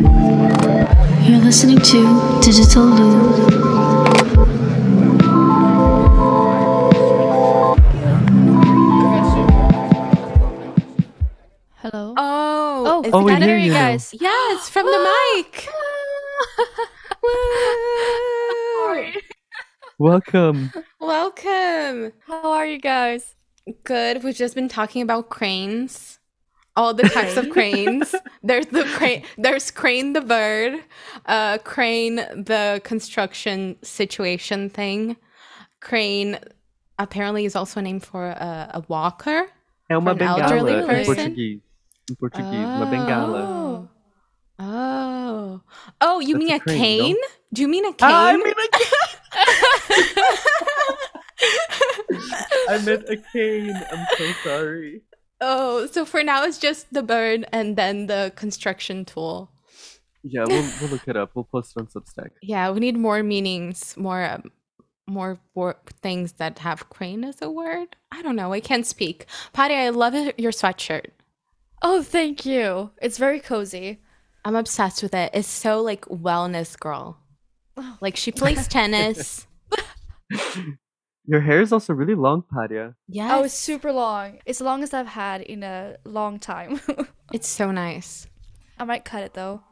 You're listening to Digital Loop. Hello. Oh, it's Oh, we better, hear you. guys. yes, from the mic. Sorry. Welcome. Welcome. How are you guys? Good. We've just been talking about cranes. All the types of cranes. There's the crane. There's crane the bird, uh, crane the construction situation thing. Crane apparently is also a name for a, a walker. É uma From elderly bengala em person? português. Em português, uma bengala. Oh. Oh. Oh, you That's mean a a, crane, cane? Do you mean a cane? Ah, I meant a cane. I meant a cane. I'm so sorry. Oh, so for now it's just the bird and then the construction tool. Yeah, we'll, we'll look it up. We'll post it on Substack. Yeah, we need more meanings, more um, more wor- things that have crane as a word. I don't know. I can't speak. Patty, I love it- your sweatshirt. Oh, thank you. It's very cozy. I'm obsessed with it. It's so like wellness girl. Oh. Like she plays tennis. Your hair is also really long, Padia. Yes. Oh, it's super long. It's the longest I've had in a long time. It's so nice. I might cut it though.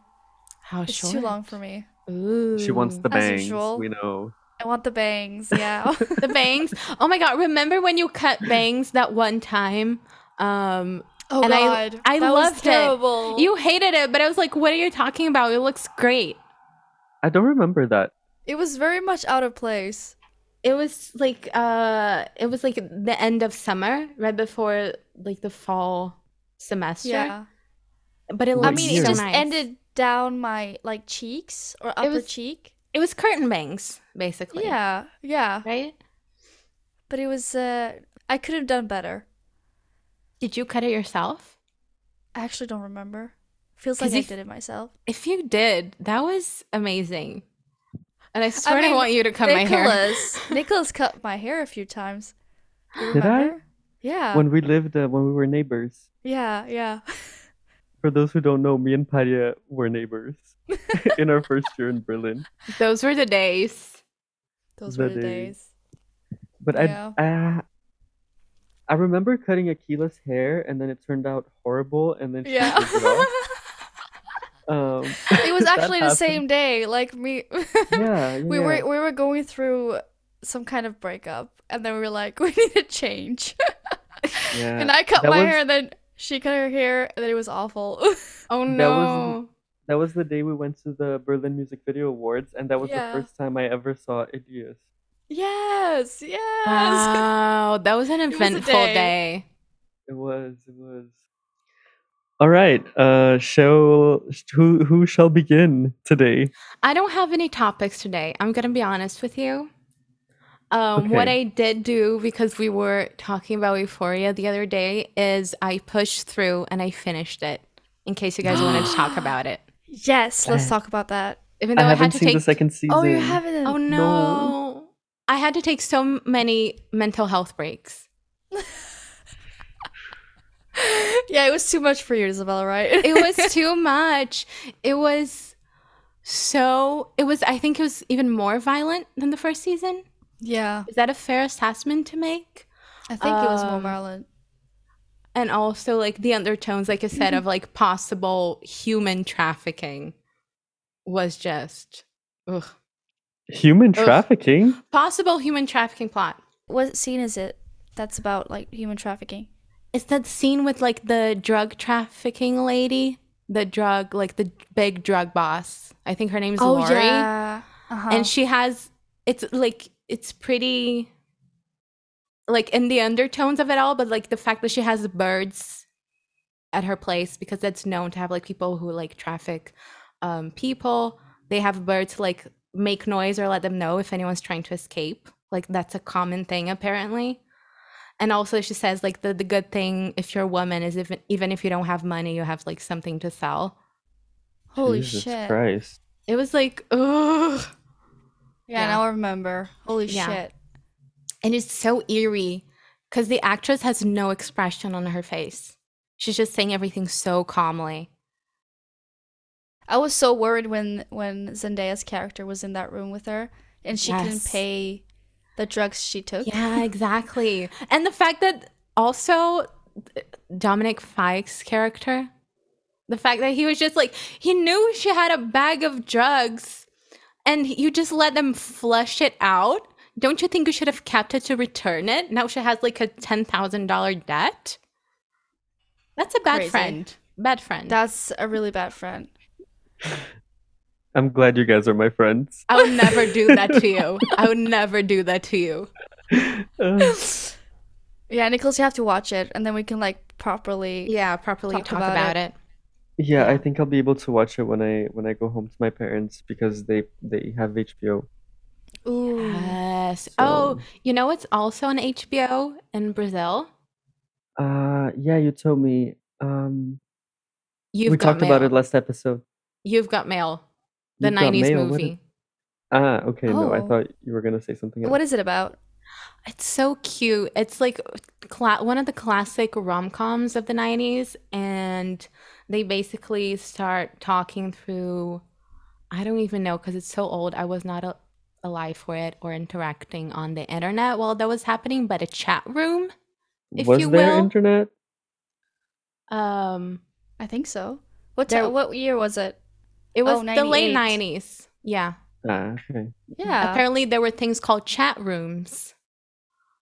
How It's short. too long for me. Ooh. She wants the As bangs. usual. We know. I want the bangs. Yeah. the bangs. Oh my god, remember when you cut bangs that one time? Um oh And I- God. I that was loved it. terrible. You hated it, but I was like, what are you talking about? It looks great. I don't remember that. It was very much out of place. It was like uh it was like the end of summer, right before like the fall semester. Yeah. But it I looked I mean, year? it so just nice. ended down my like cheeks or upper was- cheek. it was curtain bangs, basically. Yeah. Yeah. Right? But it was. Uh, I could have done better. Did you cut it yourself? I actually don't remember. Feels 'Cause like I if- did it myself. If you did, that was amazing. And I swear I, mean, want you to cut my hair. Nicholas, Nicholas cut my hair a few times. You Did I? remember? Yeah. When we lived, uh, when we were neighbors. Yeah, yeah. For those who don't know, me and Padia were neighbors in our first year in Berlin. Those were the days. Those The were the days. days. But Yeah. I, I, I remember cutting Akila's hair, and then it turned out horrible, and then she Yeah. shaved it off. Um, it was that actually the happened. same day. Like me Yeah, yeah, we yeah. were we were going through some kind of breakup and then we were like, we need to change. Yeah. and I cut that my was- hair and then she cut her hair and then it was awful. Oh That was- no. That was the day we went to the Berlin Music Video Awards, and that was Yeah. the first time I ever saw Idias. yes, yes. Ah. Wow, that was an was a eventful day. day. It was, it was. All right, uh, shall who who shall begin today? I don't have any topics today. I'm gonna be honest with you. Um, What Okay. I did do because we were talking about Euphoria the other day is I pushed through and I finished it. In case you guys wanted to talk about it, Yes, let's Uh, talk about that. even I though I, had haven't to seen take. the second season. Oh, you haven't. oh no. I had to take so many mental health breaks. yeah, it was too much for you, Isabella, right? it was too much. It was so. It was. I think it was even more violent than the first season. yeah, Is that a fair assessment to make? I think it was Um, more Marlon. and also like the undertones like i said of like possible human trafficking was just ugh. Human Oh, Ugh. trafficking. possible human trafficking plot What scene is it that's about like human trafficking? it's that scene with like the drug trafficking lady the drug like the big drug boss i think her Oh, name's lori uh-huh. and she has it's like it's pretty like in the undertones of it all but like the fact that she has birds at her place because that's known to have like people who like traffic um people they have birds to like make noise or let them know if anyone's trying to escape like that's a common thing apparently and also she says like the, the good thing if you're a woman is even even if you don't have money you have like something to sell holy Jesus shit! Christ. it was like ugh Yeah, Yeah. now I remember. Holy Yeah. shit! and it's so eerie because the actress has no expression on her face She's just saying everything so calmly. I was so worried when when Zendaya's character was in that room with her and she couldn't Yes. pay the drugs she took. Yeah, exactly. And the fact that also uh, Dominic Fike's character, the fact that he was just like, he knew she had a bag of drugs and you just let them flush it out. Don't you think you should have kept it to return it? Now she has like a $10,000 debt. That's a bad Crazy. friend. Bad friend. That's a really bad friend. I'm glad you guys are my friends. I would never do that to you. I would never do that to you. Uh, Yeah, Nicholas, you have to watch it and then we can like properly Yeah, properly Talk about it. yeah, I think I'll be able to watch it when I when I go home to my parents because they they have HBO. Ooh. Yes. So- Oh, you know it's also on HBO in Brazil. Uh, yeah, you told me. Um, You've we got talked mail. about it last episode. You've got mail. The You've Got nineties Mail, what movie. is- Ah, okay. No, I Oh. thought you were gonna say something else. What is it about? It's so cute. It's like cla- one of the classic rom coms of the 90s. And they basically start talking through, I don't even know because it's so old. I was not a- alive for it or interacting on the internet while that was happening, but a chat room. if Was you there will. internet? Um, I think so. What There- ti- what year was it? it was Oh, the late 98. 90s. Yeah. Ah, okay. Yeah. Apparently, there were things called chat rooms,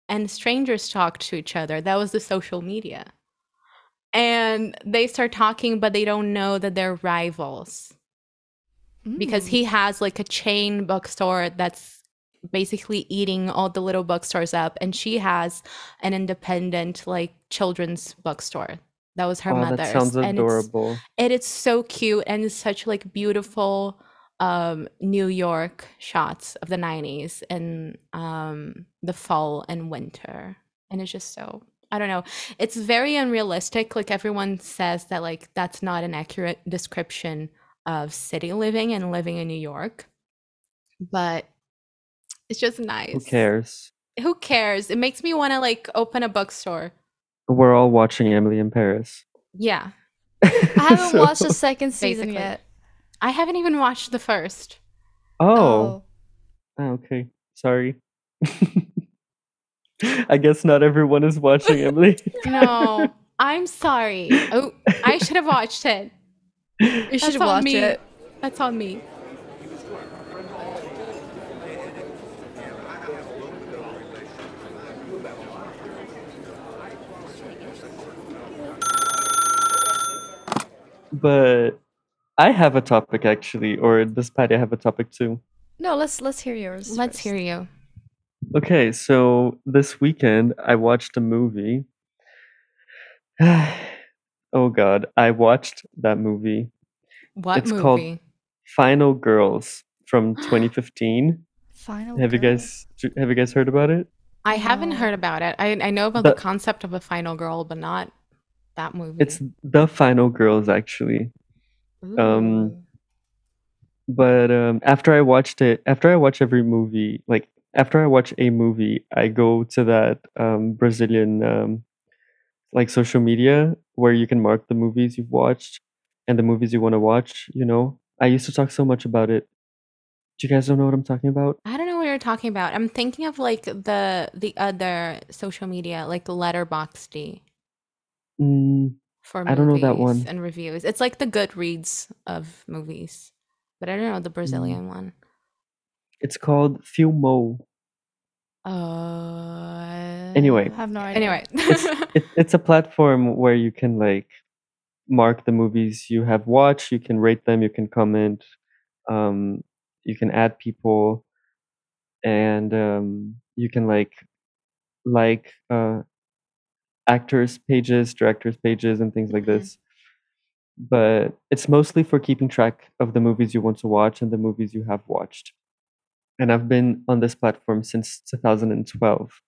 and strangers talked to each other. That was the social media. And they start talking, but they don't know that they're rivals because Hmm. Mm. he has like a chain bookstore that's basically eating all the little bookstores up, and she has an independent like children's bookstore. That was her oh, mother's. that sounds and it's- adorable. and it's so cute and it's such like beautiful um new york shots of the 90s and um the fall and winter and it's just so i don't know it's very unrealistic like everyone says that like that's not an accurate description of city living and living in new york but it's just nice Who cares? who cares it makes me want to like open a bookstore We're all watching Emily in Paris. yeah I haven't So- watched the second season Basically. yet. i haven't even watched the first Oh, ah, okay. Sorry. I guess not everyone is watching Emily. No, I'm sorry. Oh, I should have watched it. Oh. you That's should on watch me. it. That's on me. but I have a topic actually, or does Patty have a topic too? No, let's let's hear yours. Let's hear you. Okay, so this weekend I watched a movie. oh god, I watched that movie, What It's movie? called- Final Girls from 2015. Final. have you Girl. guys have you guys heard about it? I haven't heard about it. I, I know about the The- concept of a final girl, but not that movie. It's The Final Girls actually. um, Ooh. but um after i watched it after i watch every movie like after i watch a movie i go to that um brazilian um like social media where you can mark the movies you've watched and the movies you want to watch you know i used to talk so much about it do you guys don't know what i'm talking about I don't know what you're talking about. I'm thinking of like the the other social media, like Letterboxd mm, for movies I don't know that one. and reviews. It's like the Goodreads of movies, but I don't know the Brazilian Mm. one. it's called filmo Uh, Anyway. I have no idea. Anyway, it's it, it's a platform where you can like mark the movies you have watched you can rate them you can comment um you can add people and um you can like like uh actors pages directors pages and things like Mhm. this but it's mostly for keeping track of the movies you want to watch and the movies you have watched and i've been on this platform since 2012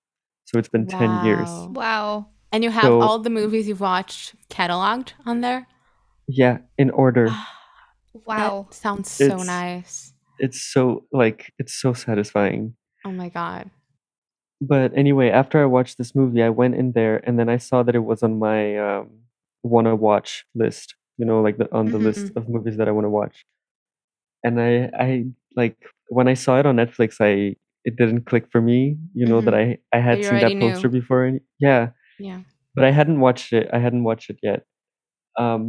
so it's been 10 years Wow. Wow. and you have So- all the movies you've watched cataloged on there. Yeah, in order. Ah. Wow. that sounds so It's- nice. It's so like it's so satisfying. Oh my god. But anyway, after I watched this movie, I went in there and then I saw that it was on my um want to watch list, you know, like the, on the list Mhm. of movies that I want to watch. And I, I like when I saw it on Netflix, I it didn't click for me, you know, that I I had Mm-hmm. you seen already that knew. poster before, and yeah, Yeah. but I hadn't watched it. I hadn't watched it yet. Um,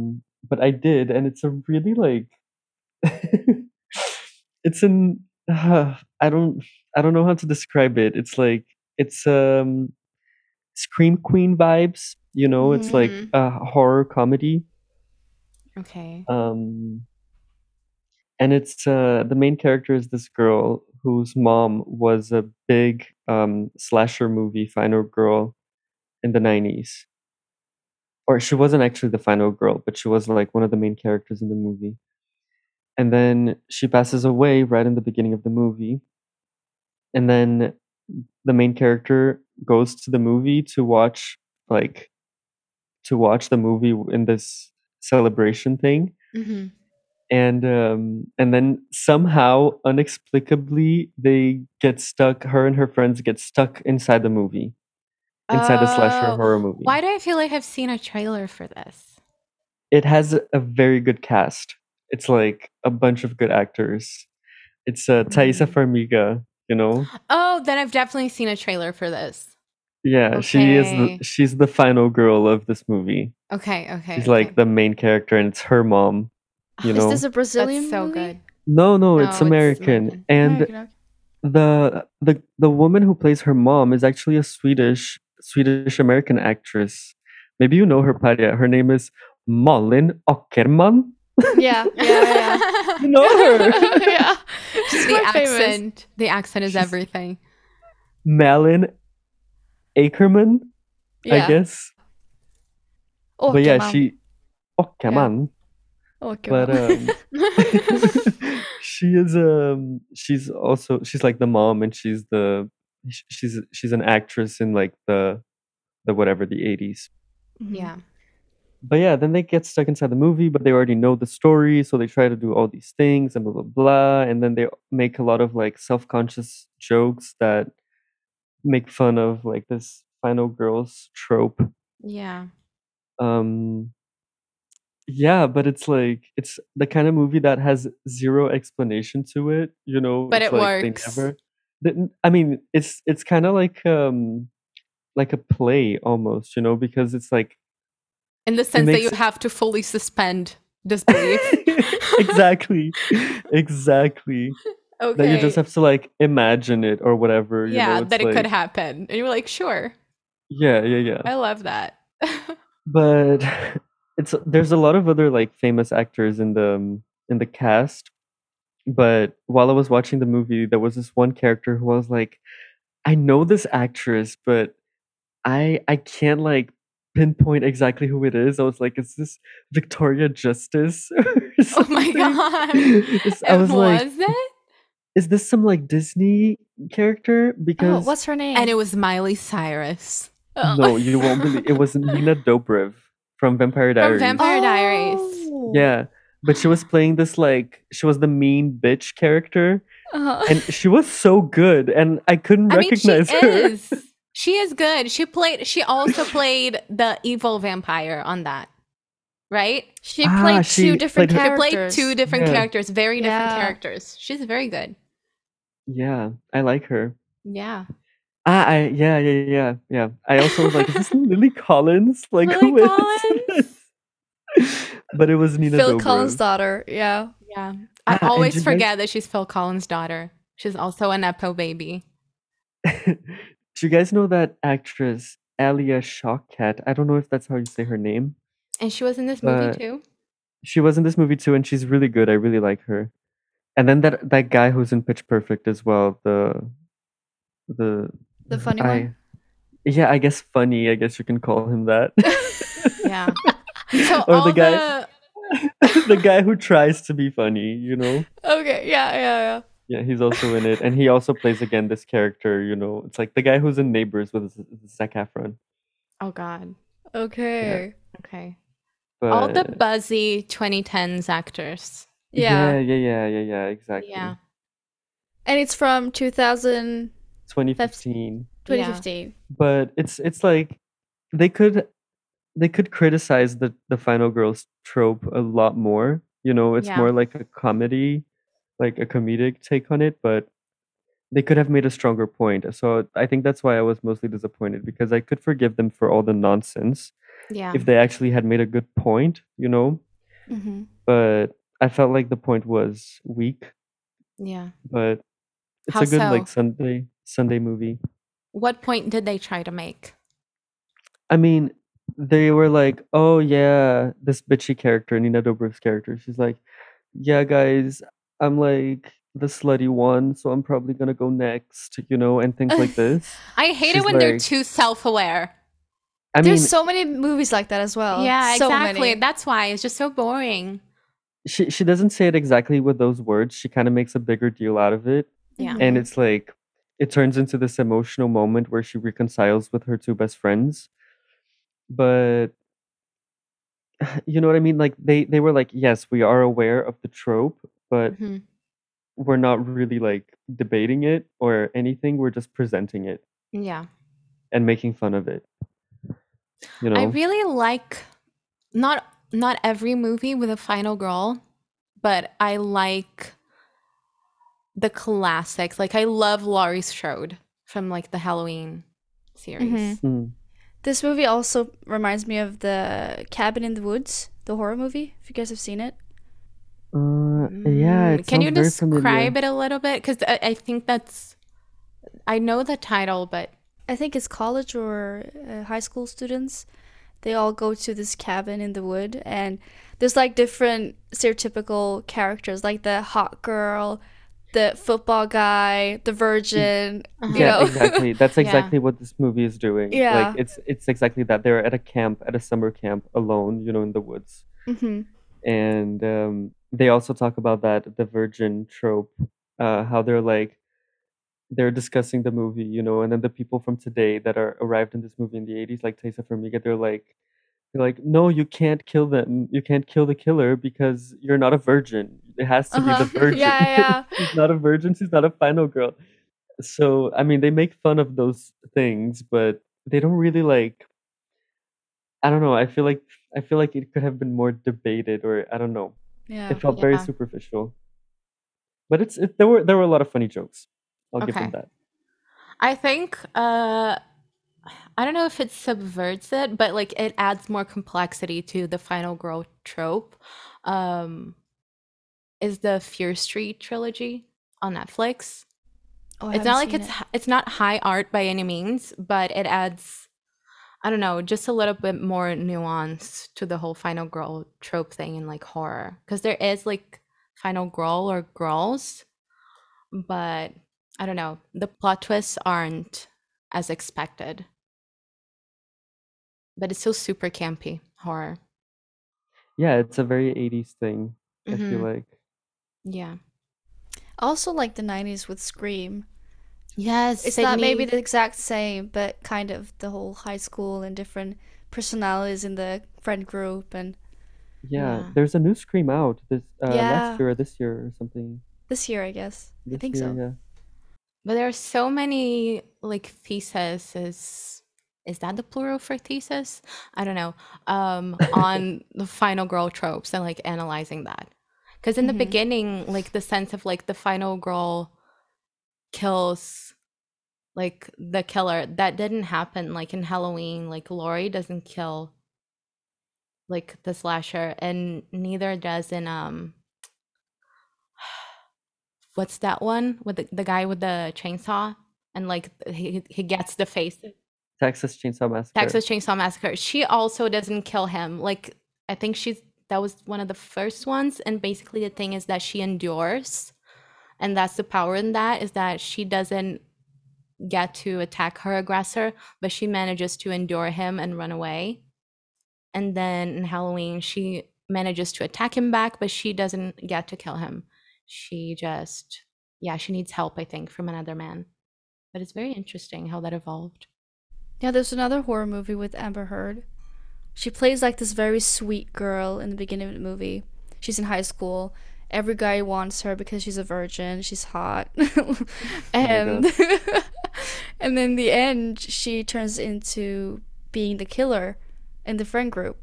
but I did, and it's a really like, it's an I don't I don't know how to describe it. It's like it's um, scream queen vibes. You know, it's like Mhm. a horror comedy. Okay. Um, and it's uh, the main character is this girl whose mom was a big um, slasher movie final girl in the 90s. Or she wasn't actually the final girl, but she was like one of the main characters in the movie. And then she passes away right in the beginning of the movie. And then the main character goes to the movie to watch like to watch the movie w- in this celebration thing Mm-hmm. and um and then somehow inexplicably they get stuck her and her friends get stuck inside the movie inside the slasher horror movie Uh, Why do I feel like I've seen a trailer for this? it has a- a very good cast it's like a bunch of good actors it's uh Thaisa Mm. Farmiga you know Oh, then I've definitely seen a trailer for this. yeah she is Okay. the, she's the final girl of this movie Okay. Okay. she's like okay. the main character and it's her mom you Is know this a Brazilian that's so movie? good. no no No, it's it's American, American. and American, okay. the the the woman who plays her mom is actually a Swedish Swedish American actress. Maybe you know her, Padia. Her name is Malin Ackerman. yeah, yeah, yeah. You know her, yeah. She's the quite famous. accent. The accent is She's- everything. Malin Ackerman. Yeah. I guess, Oh, but yeah, come on. she Ackerman. Oh, come But on. um, she is um she's also she's like the mom and she's the sh- she's she's an actress in like the the whatever the eighties. Mhm. yeah. but yeah, then they get stuck inside the movie, but they already know the story, so they try to do all these things and blah blah blah, and then they make a lot of like self-conscious jokes that make fun of like this final girls trope. Yeah. Um yeah, but it's like it's the kind of movie that has zero explanation to it, you know. But it's it like works. They never, they, n- I mean, it's it's kind of like um like a play almost, you know, because it's like In the sense that makes you it- have to fully suspend disbelief. exactly exactly okay. that you just have to like imagine it or whatever you yeah, know, it's that it could Uh like- happen. And you're like, sure. yeah yeah yeah I love that. Oh but it's there's a lot of other like famous actors in the um, in the cast but while i was watching the movie there was this one character who I was like i know this actress but i i can't like pinpoint exactly who it is i was like is this victoria justice or oh my something? god. It's- i It was like it? is this some like Disney character? Oh, Because what's her name? And it was Miley Cyrus. no, you won't believe it was Nina Dobrev from Vampire Diaries. Vamp- Vampire Diaries. Oh. yeah, but she was playing this like she was the mean bitch character, Uh-huh. and she was so good, and I couldn't I mean, she recognize her. is. She is good. She played. She also played the evil vampire on that, right? She Ah, played she two different played She her- played characters. two different Yeah. characters, very different Yeah. characters. She's very good. Yeah, I like her. Yeah, Ah, I, yeah, yeah, yeah, yeah. I also was like, is this Lily Collins? Like, Lily who is Collins? this? but it was Nina Phil Dobrev. Collins' daughter. Yeah. yeah. I Ah, and always you guys- forget that she's Phil Collins' daughter. She's also an Nepo baby. Do you guys know that actress Alia Shawkat? I don't know if that's how you say her name. And she was in this movie But- too. She was in this movie too, and she's really good. I really like her. And then that that guy who's in Pitch Perfect as well. The the The funny I, one. Yeah, I guess funny. I guess you can call him that. Yeah. So or all the the, guy, the guy who tries to be funny. You know. Okay. Yeah. Yeah. Yeah, he's also in it, and he also plays again this character. You know, it's like the guy who's in Neighbors with Z- Zac Efron. oh god. Yeah. Okay. Okay. But all the buzzy 2010s actors. Yeah. yeah, yeah, yeah, yeah, yeah, exactly. Yeah. And it's from 2000, 2015 2015. but it's it's like they could they could criticize the the final girls trope a lot more. You know, it's Yeah. more like a comedy, like a comedic take on it, but they could have made a stronger point. So I think that's why I was mostly disappointed because I could forgive them for all the nonsense Yeah. if they actually had made a good point, you know, Mm-hmm. but I felt like the point was weak, Yeah. but it's How a good like so? Sunday Sunday movie. What point did they try to make? I mean, they were like, "Oh yeah, this bitchy character, Nina Dobrev's character." She's like, "Yeah, guys, I'm like the slutty one, so I'm probably gonna go next," you know, and things like this. I hate She's it when they're like- too self-aware. I mean, There's so many movies like that as well. Oh, yeah, so exactly. Many. That's why it's just so boring. she she doesn't say it exactly with those words. She kind of makes a bigger deal out of it, Yeah. and Mhm. it's like it turns into this emotional moment where she reconciles with her two best friends. But you know what I mean? Like they they were like, "Yes, we are aware of the trope." But Mhm. we're not really like debating it or anything. We're just presenting it Yeah. and making fun of it. You know, I really like not not every movie with a final girl, but I like the classics. Like I love Laurie Strode from like the Halloween series. Mhm. Mm. This movie also reminds me of the Cabin in the Woods, the horror movie. If you guys have seen it, Uh, yeah. Mm, It Can you sounds very describe familiar. it a little bit? Because I, I think that's I know the title, but I think it's college or uh, high school students. They all go to this cabin in the wood, and there's like different stereotypical characters, like the hot girl, the football guy, the virgin. you yeah, know? exactly. That's Yeah. exactly what this movie is doing. Yeah. Like it's it's exactly that. They're at a camp, at a summer camp, alone. You know, in the woods, hmm and um, they also talk about that the virgin trope, uh, how they're like. They're discussing the movie, you know, and then the people from today that are arrived in this movie in the '80s, like Tessa Farmiga, they're like, You're like, no, you can't kill them. You can't kill the killer because you're not a virgin. It has to be the Uh-huh. virgin. Yeah, yeah. she's not a virgin. She's not a final girl. So I mean, they make fun of those things, but they don't really like. I don't know. I feel like I feel like it could have been more debated, or I don't know. Yeah. It felt very yeah. superficial. But it's it, there were there were a lot of funny jokes. I'll give them Okay. that. I think uh I don't know if it subverts it, but like it adds more complexity to the final girl trope. Um is the Fear Street trilogy on Netflix. Oh, I it's haven't not like seen it's it. h- it's not high art by any means, but it adds I don't know, just a little bit more nuance to the whole final girl trope thing in like horror cuz there is like final girl or girls, but I don't know, the plot twists aren't as expected. But it's still super campy horror. Yeah, it's a very '80s thing. I Mm-hmm. feel Mhm. like. Yeah. I also like the '90s with Scream. Yes, It's not maybe the exact same, but kind of the whole high school and different personalities in the friend group. And Yeah, Yeah. there's a new Scream out this uh, Yeah. last year or this year or something. this year, I guess. I This think year, so. yeah. But there are so many like theses. Is that the plural for thesis? I don't know. Um, on the final girl tropes and like analyzing that. Because in Mhm. the beginning, like the sense of like the final girl kills like the killer, that didn't happen. Like in Halloween, like Laurie doesn't kill like the slasher, and neither does in um what's that one with the, the guy with the chainsaw and like he, he gets the face Texas Chainsaw Massacre. texas chainsaw massacre she also doesn't kill him like i think she's that was one of the first ones and basically the thing is that she endures and that's the power in that is that she doesn't get to attack her aggressor but she manages to endure him and run away and then in halloween she manages to attack him back but she doesn't get to kill him she just yeah she needs help i think from another man but it's very interesting how that evolved Yeah, there's another horror movie with Amber Heard. She plays like this very sweet girl in the beginning of the movie. She's in high school. Every guy wants her because she's a virgin. She's hot, Oh and and in the end, she turns into being the killer, in the friend group.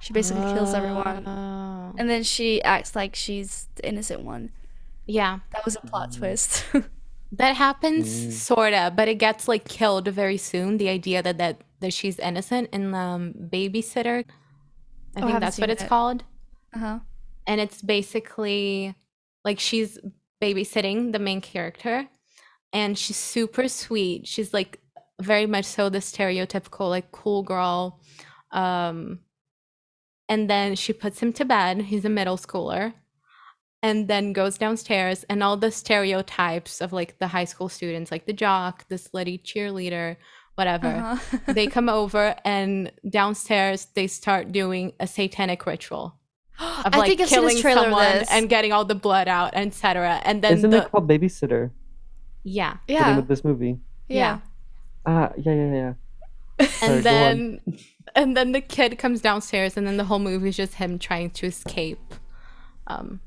She basically kills Ah. everyone, Oh. and then she acts like she's the innocent one. yeah, That was a plot twist. that happens Mm. sorta, but it gets like killed very soon. The idea that that, that she's innocent in um, babysitter, I Oh, I think haven't that's what seen it's it. called. uh huh. and it's basically like she's babysitting the main character and she's super sweet she's like very much so the stereotypical like cool girl um and then she puts him to bed he's a middle schooler and then goes downstairs and all the stereotypes of like the high school students like the jock the slutty cheerleader whatever Uh-huh. they come over and downstairs they start doing a satanic ritual of I like think I've seen killing this trailer of someone this. and getting all the blood out, etc. And then Isn't the it called Babysitter? yeah, The name yeah, of this movie. yeah. Ah, yeah, yeah, yeah. Sorry, go on. and then and then the kid comes downstairs, and then the whole movie is just him trying to escape, um,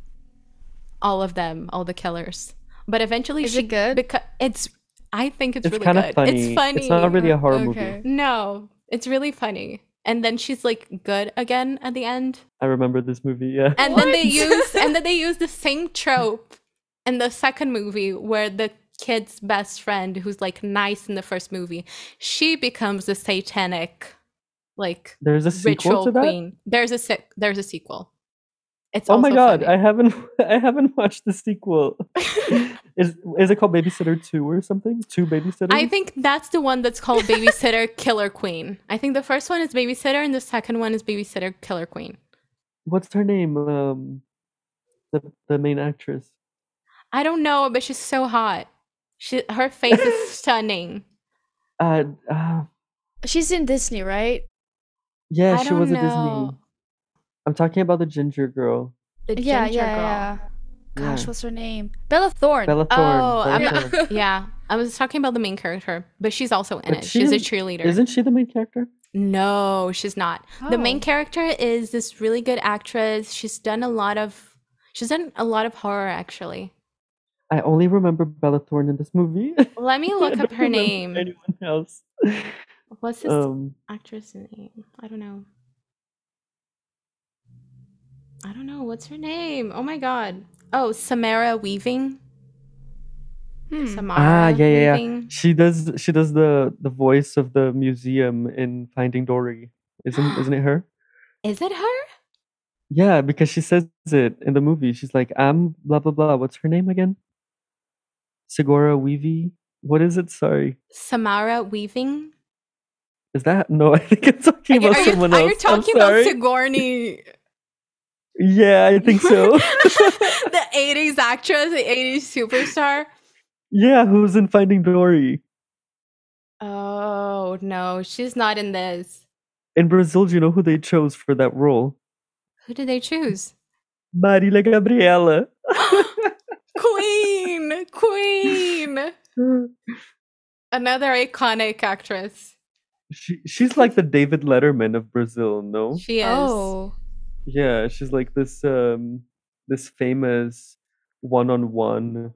all of them, all the killers. But eventually, Is she it good? Because it's, I think it's, It's really kind good. of funny. It's funny. not really a horror Okay. movie. no, it's really funny. And then she's like good again at the end. I remember this movie. Yeah. and then they What? use and then they use the same trope in the second movie where the kid's best friend who's like nice in the first movie she becomes a satanic like There's a sequel ritual to that. queen there's a se- there's a sequel it's Oh my also god, I funny. haven't I haven't watched the sequel. is is it called Babysitter 2 or something? Two babysitters? I think that's the one that's called Babysitter Killer Queen. I think the first one is Babysitter and the second one is Babysitter Killer Queen. What's her name? Um the, the main actress. I don't know, but she's so hot. She her face is stunning. Uh, uh She's in Disney, right? yeah, I she don't was a Disney. know. I'm talking about the ginger girl. The yeah, ginger yeah, girl. yeah. Gosh, Yeah. what's her name? Bella Thorne. Bella Thorne. Oh, Bella I'm Yeah. Thorne. yeah, I was talking about the main character, but she's also in But it. She's a she's- cheerleader. Isn't she the main character? No, she's not. The main Oh. character is this really good actress. She's done a lot of she's done a lot of horror actually. I only remember Bella Thorne in this movie. Let me I look up don't her remember name. Anyone else? What's this Um, actress name? I don't know. I don't know. What's her name? Oh my god. Oh, Samara Weaving. Hmm. Samara ah, yeah, yeah, yeah. Weaving. She does. She does the the voice of the museum in Finding Dory. Isn't isn't it her? Is it her? Yeah, because she says it in the movie. She's like, "I'm blah blah blah." What's her name again? Segura Weavy. What is it? Sorry, Samara Weaving? is that no? I think I'm talking about are you, someone are else. you talking I'm about sorry. Sigourney? yeah, I think so. the 80s actress, the 80s superstar. yeah, who's in Finding Dory? Oh, no, she's not in this. In Brazil, do you know who they chose for that role? Who did they choose? Marília Gabriela. Queen! Queen! Another iconic actress. She she's like the David Letterman of Brazil, no? She is. Oh, Yeah, she's like this um this famous one-on-one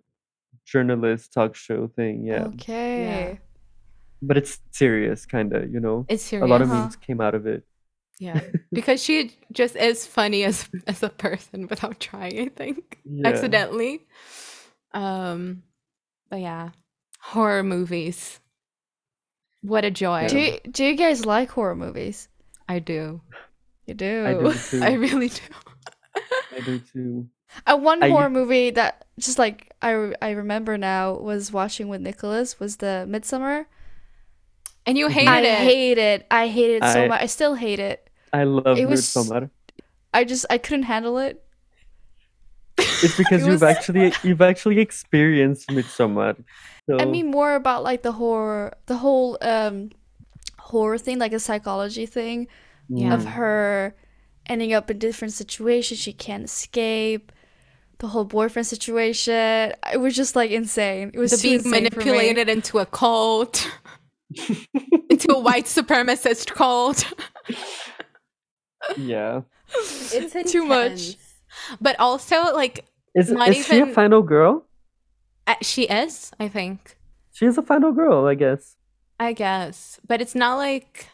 journalist talk show thing. Yeah. okay. But it's serious kinda, you know? It's A serious. lot of serious. memes came out of it. yeah. Because she just is funny as as a person without trying, I think. Yeah. Accidentally. Um but yeah. Horror movies. What a joy. Do you, do you guys like horror movies? I do. You do. I do too. I I, really do. do too. Uh, one I- horror movie that just like I, re- I remember now was watching with Nicholas was the Midsummer. And you Mhm. hated I it. hate it. I hate it so I- much. I still hate it. I love It it was- I just I couldn't handle it. It's because it you've was- actually you've actually experienced Midsommar. So Oh. I mean more about like the horror the whole um horror thing, like a psychology thing. Yeah. of her ending up in different situations she can't escape the whole boyfriend situation it was just like insane it was the too being insane for me. manipulated into a cult, into a white supremacist cult. mm, yeah. It's Too much. But also, like, Is, Not is she a even- final girl? uh, she is, I think. She is a final girl, I guess. I guess. But it's not like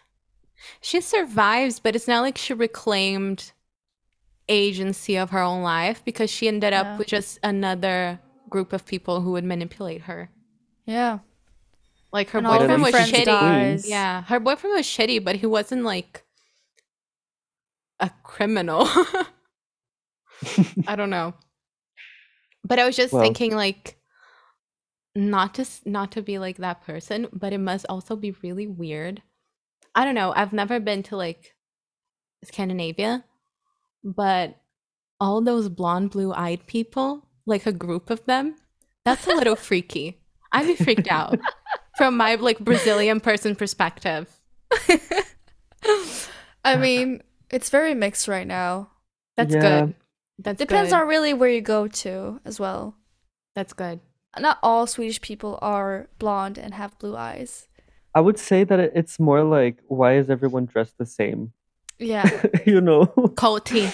She survives, but it's not like she reclaimed agency of her own life because she ended up Yeah. with just another group of people who would manipulate her. Yeah. Like her And all of boyfriend her was friends shitty. dies. Yeah, her boyfriend was shitty, but he wasn't like a criminal. I don't know. But I was just Well. thinking like not to s- not to be like that person, but it must also be really weird. I don't know. I've never been to like Scandinavia, but all those blonde blue-eyed people, like a group of them, that's a little freaky. I'd be freaked out from my like Brazilian person perspective. I mean, it's very mixed right now. That's Yeah. good. That's Depends good. on really where you go to as well. That's good. Not all Swedish people are blonde and have blue eyes. I would say that it- it's more like why is everyone dressed the same? Yeah. you know. Cold tea.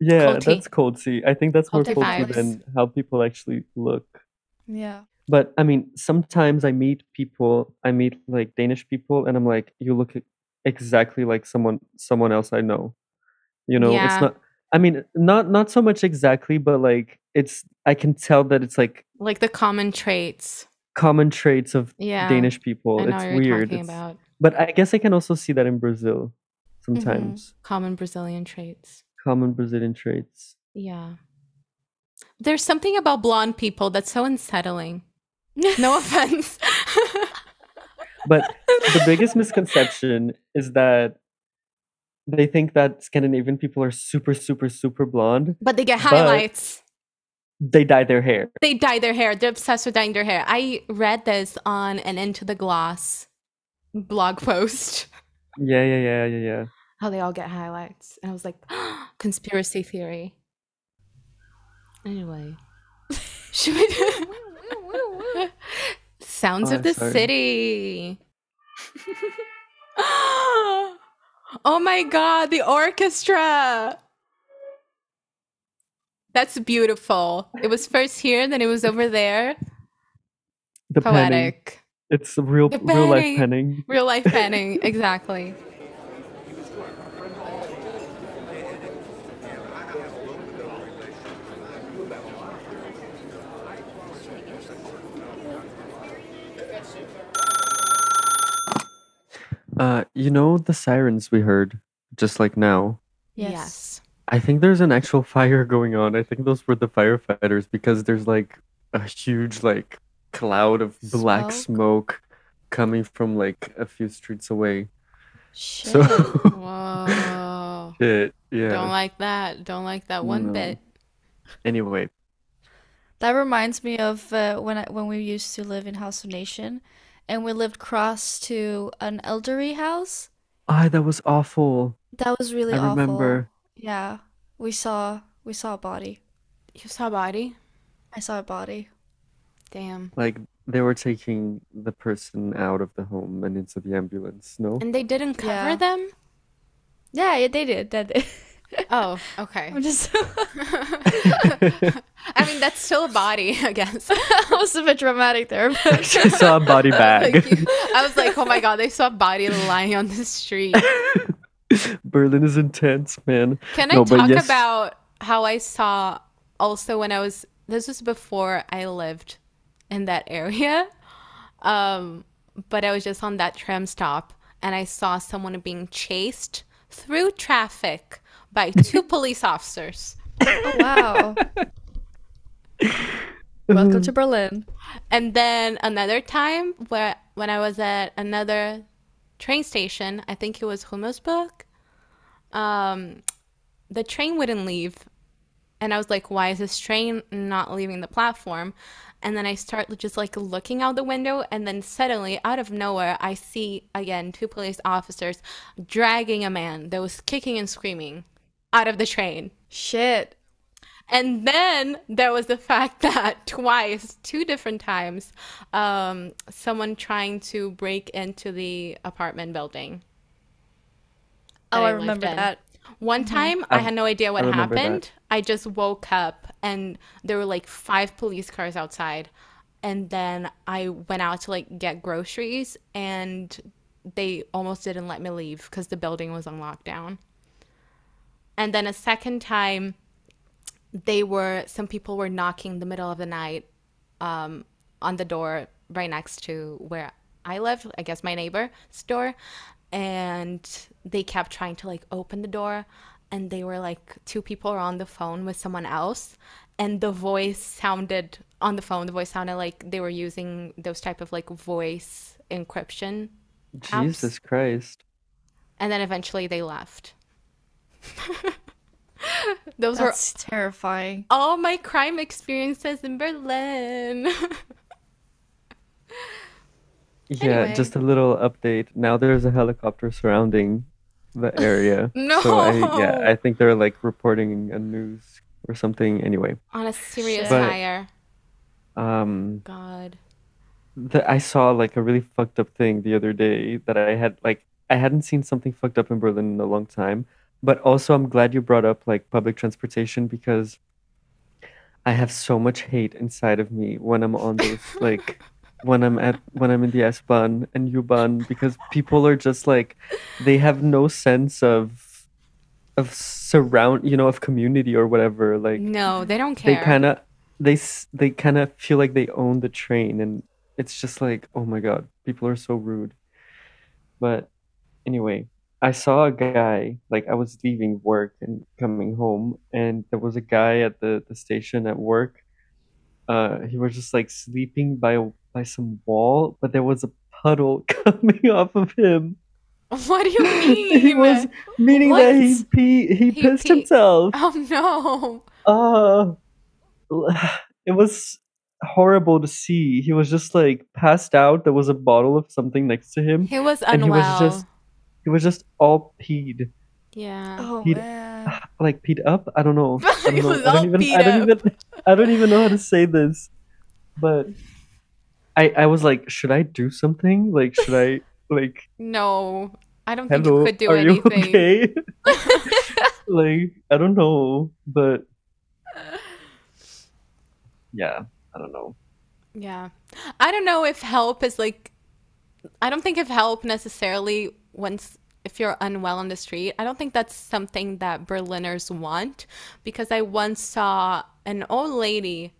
Yeah, Cold tea. that's cold tea. I think that's more Cold tea cold tea vibes. than how people actually look. yeah. But I mean, sometimes I meet people, I meet like Danish people, and I'm like, you look e- exactly like someone someone else I know. You know, Yeah. it's not. I mean, not not so much exactly, but like it's. I can tell that it's like Like the common traits. common traits of Yeah. Danish people. I know It's what you're weird. talking it's- about. Mm-hmm. But I guess I can also see that in Brazil sometimes. Common Brazilian traits. Common Brazilian traits. Yeah. There's something about blonde people that's so unsettling. No offense. But the biggest misconception is that they think that Scandinavian people are super, super, super blonde. but they get But- highlights. They dye their hair. They dye their hair. They're obsessed with dyeing their hair. I read this on an Into the Gloss blog post. Yeah, yeah, yeah, yeah, yeah. How they all get highlights. And I was like, conspiracy theory. Anyway. Should we Sounds of Oh, the sorry. city. oh my god, the orchestra. That's beautiful. It was first here, then it was over there. The panning. Poetic. It's a real, The real life panning. penning. Real life panning, exactly. Uh, you know the sirens we heard just like now. Yes. I think there's an actual fire going on. I think those were the firefighters because there's like a huge like cloud of black smoke coming from like a few streets away. Shit. So Whoa. it, Don't yeah. like that. Don't like that one No. bit. Anyway, That reminds me of uh, when I, when we used to live in House of Nation, and we lived cross to an elderly house. ah, that was awful. That was really I awful. remember. Yeah, we saw we saw a body. You saw body? I saw a body. Damn. Like they were taking the person out of the home and into the ambulance. No, And they didn't cover Yeah. them? Yeah, yeah, they did. That did. Oh, okay. I'm just. I mean, that's still a body, I guess. that was a bit dramatic there. I But actually saw a body Like, bag. you- I was like, oh my god, they saw a body lying on the street. Berlin is intense, man. Can I No, but talk yes- about how I saw also when I was this was before I lived in that area. Um, but I was just on that tram stop and I saw someone being chased through traffic by two police officers. oh, wow. Welcome to Berlin. And then another time where when I was at another train station, I think it was Hummelsburg, um, the train wouldn't leave. And I was like, why is this train not leaving the platform? And then I start just like looking out the window. And then suddenly, out of nowhere, I see again two police officers dragging a man that was kicking and screaming out of the train. Shit. And then there was the fact that twice, two different times, um, someone trying to break into the apartment building. Oh, that I lived remember in. that. One time, I had no idea what I remember that. happened. I just woke up and there were like five police cars outside. And then I went out to like get groceries and they almost didn't let me leave because the building was on lockdown. And then a second time, they were some people were knocking in the middle of the night um, on the door right next to where I lived, I guess my neighbor's door, and they kept trying to like open the door, and they were like two people were on the phone with someone else, and the voice sounded on the phone. The voice sounded like they were using those type of like voice encryption, Apps. Jesus Christ. and then eventually they left. those were That's terrifying. all my crime experiences in Berlin. Yeah, Anyway. just a little update. Now there's a helicopter surrounding the area. No. So I, yeah, I think they're like reporting a news or something. Anyway, On a serious Shit. But- higher. um, God. the, I saw like a really fucked up thing the other day that I had like I hadn't seen something fucked up in Berlin in a long time. But also, I'm glad you brought up like public transportation because I have so much hate inside of me when I'm on those like when I'm at when I'm in the S-Bahn and U-Bahn because people are just like they have no sense of of surround you know of community or whatever like No, they don't care. they kind of they s- they kind of feel like they own the train and it's just like oh my god people are so rude but anyway i saw a guy like i was leaving work and coming home and there was a guy at the, the station at work uh he was just like sleeping by a- by some wall but there was a puddle coming off of him What do you mean? he was meaning that he What? pee- he He pissed pee- himself Oh no. uh it was horrible to see he was just like passed out there was a bottle of something next to him He was and he unwell. was just he was just all peed Yeah. Oh He'd- man. like peed up i don't know i don't, He know. was I all don't even peed i don't up. even i don't even know how to say this but i i was like should i do something like should i like No. I don't think hello you could do are anything. you okay like i don't know but yeah i don't know Yeah. I don't know if help is like I don't think if help necessarily once if you're unwell on the street, I don't think that's something that Berliners want because I once saw an old lady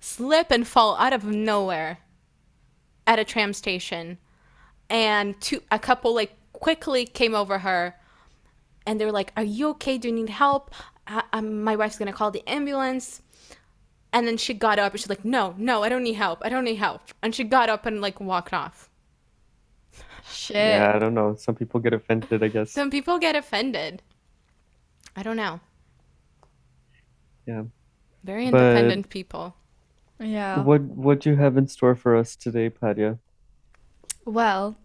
slip and fall out of nowhere at a tram station and two a couple like quickly came over her and they were like, "Are you okay? Do you need help? I, i my wife's gonna call the ambulance." And then she got up and she's like, "No, no, I don't need help. I don't need help." And she got up and like walked off. Shit. Yeah, I don't know. Some people get offended, I guess. Some people get offended. I don't know. Yeah. Very But- independent people. Yeah. What what do you have in store for us today, Padya? Well,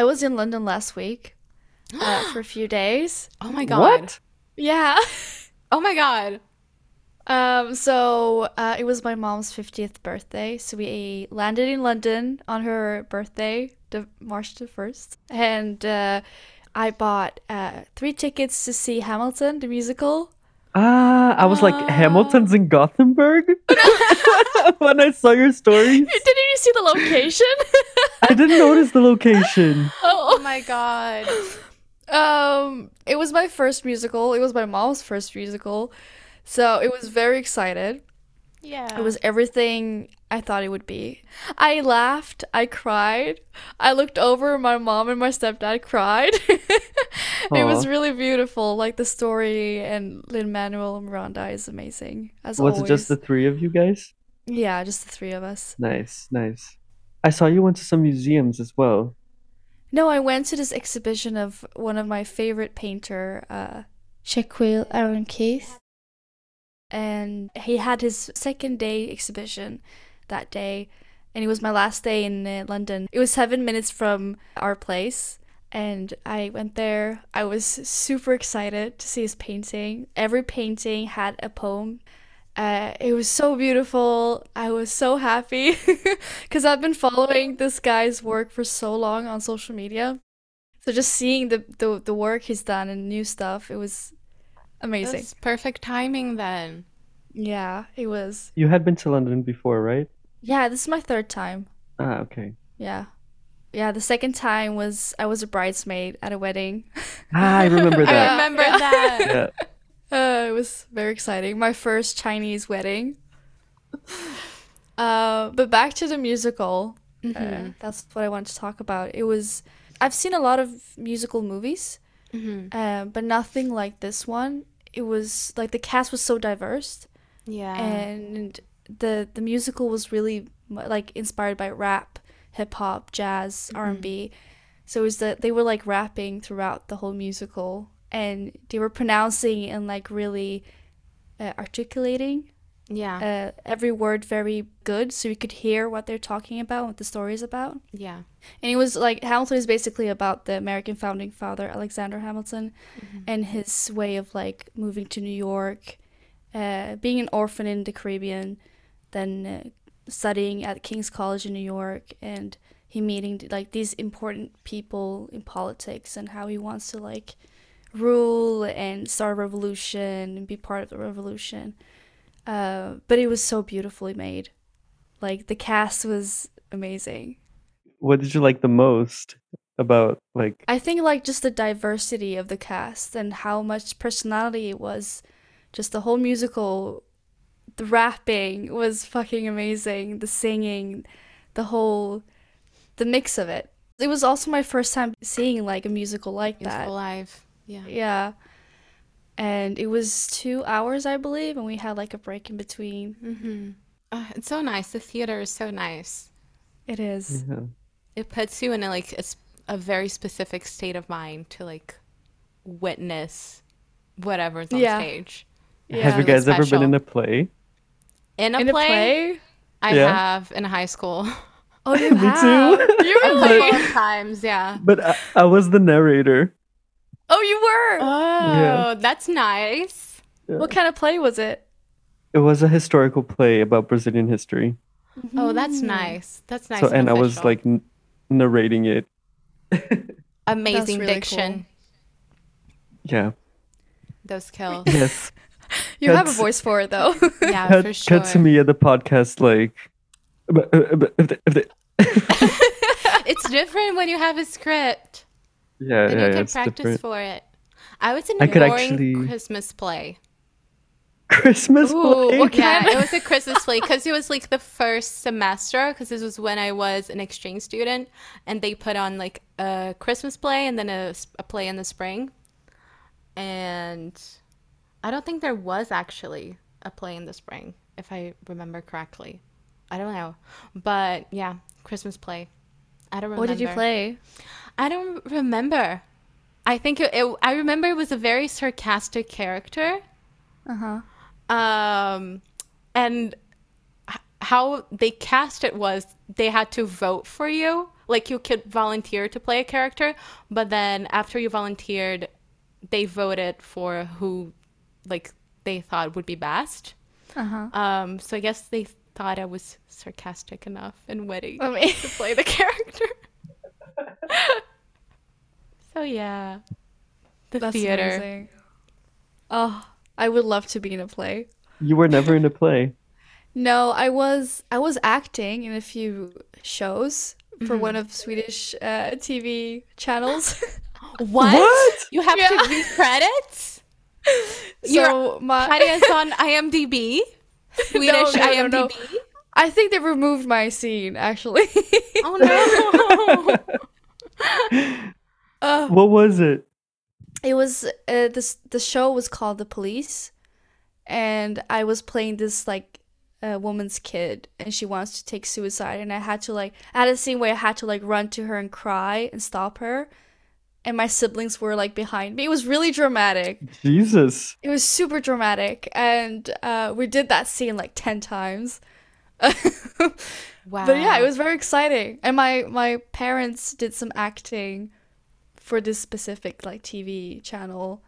I was in London last week uh, for a few days. Oh my god. What? Yeah. Oh my god. Um, so uh, it was my mom's 50th birthday. So we landed in London on her birthday, the March the 1st. And uh, I bought uh, three tickets to see Hamilton, the musical. Ah, I was like Hamilton's in Gothenburg when I saw your stories. Didn't you see the location? I didn't notice the location. Oh my god. um, it was my first musical. It was my mom's first musical. So it was very excited. Yeah. It was everything I thought it would be. I laughed, I cried, I looked over, my mom and my stepdad cried. It was Aw. really beautiful. Like the story and Lin Manuel Miranda is amazing. As Was it always. just the three of you guys? Yeah, just the three of us. Nice, nice. I saw you went to some museums as well. No, I went to this exhibition of one of my favorite painter, uh Shaquille Aaron Keith. And he had his second day exhibition that day. And it was my last day in uh, London. It was seven minutes from our place. And I went there. I was super excited to see his painting. Every painting had a poem. Uh, it was so beautiful. I was so happy because I've been following this guy's work for so long on social media. So just seeing the, the, the work he's done and new stuff, it was amazing. That's perfect timing then. Yeah, it was. You had been to London before, right? Yeah, this is my third time. Ah, okay. Yeah. Yeah, the second time was I was a bridesmaid at a wedding. Ah, I remember I that. remember Yeah. that. yeah. Uh, it was very exciting. My first Chinese wedding. Uh, but back to the musical. Uh, that's what I want to talk about. It was. I've seen a lot of musical movies, Mhm. uh, but nothing like this one. It was like the cast was so diverse, Yeah. and the the musical was really like inspired by rap, hip hop, jazz, R and B. So it was that they were like rapping throughout the whole musical, and they were pronouncing and like really uh, articulating yeah. uh, every word very good, so you could hear what they're talking about, what the story is about. yeah. And it was like Hamilton is basically about the American founding father Alexander Hamilton and his way of like moving to New York, uh, being an orphan in the Caribbean, then uh, studying at King's College in New York, and he meeting like these important people in politics and how he wants to like rule and start a revolution and be part of the revolution. Uh, but it was so beautifully made. Like the cast was amazing. What did you like the most about like I think like just the diversity of the cast and how much personality it was. Just the whole musical, the rapping was fucking amazing. The singing, the whole, the mix of it. It was also my first time seeing like a musical like Beautiful that. life. Yeah. Yeah. And it was two hours, I believe, and we had like a break in between. Mm-hmm. Uh, it's so nice. The theater is so nice. It is. yeah. It puts you in a, like a, s- a very specific state of mind to like witness whatever's on Yeah. stage. Have you Really guys ever been special. in a play? In a, In a play, play? I Yeah. have in high school. Oh, you have. Me too. You A really? couple of times, yeah. but I, I was the narrator. Oh, you were. Oh, that's nice. What kind of play was it? It was a historical play about Brazilian history. Oh, that's nice. That's nice. Mm. so and I was official. like n- narrating it. amazing really diction. cool. Yeah. Those kills. Yes. You have a That's- voice for it though. yeah, cut, for sure. cut to me at the podcast like but, uh, but if the, if the, It's different when you have a script. yeah, Then yeah, you yeah, can it's practice different. for it. I was in I a could boring actually- Christmas play. Christmas Ooh, play. okay. Yeah, it was a Christmas play because it was like the first semester because this was when I was an exchange student and they put on like a Christmas play and then a, s- a play in the spring. And I don't think there was actually a play in the spring, if I remember correctly. I don't know. But yeah, Christmas play. I don't remember. What did you play? I don't remember. I think it, it, I remember it was a very sarcastic character. Uh huh. Um, and h- how they cast it was they had to vote for you. Like you could volunteer to play a character, but then after you volunteered, they voted for who like they thought would be best. Uh huh. Um, so I guess they thought I was sarcastic enough and witty I mean, to play the character. so yeah, the that's theater. amazing. Oh, I would love to be in a play. You were never in a play. No, I was I was acting in a few shows for one of Swedish uh, TV channels. What? What? You have Yeah. to read credits? so my Credits on IMDb? Swedish no, no, IMDb? no. I think they removed my scene actually. Oh no. Uh, What was it? it was uh, this the show was called the police and i was playing this like uh, woman's kid and she wants to take suicide and i had to like i had a scene where i had to like run to her and cry and stop her and my siblings were like behind me it was really dramatic Jesus. it was super dramatic and uh, we did that scene like 10 times wow. But yeah, it was very exciting. And my my parents did some acting for this specific like TV channel.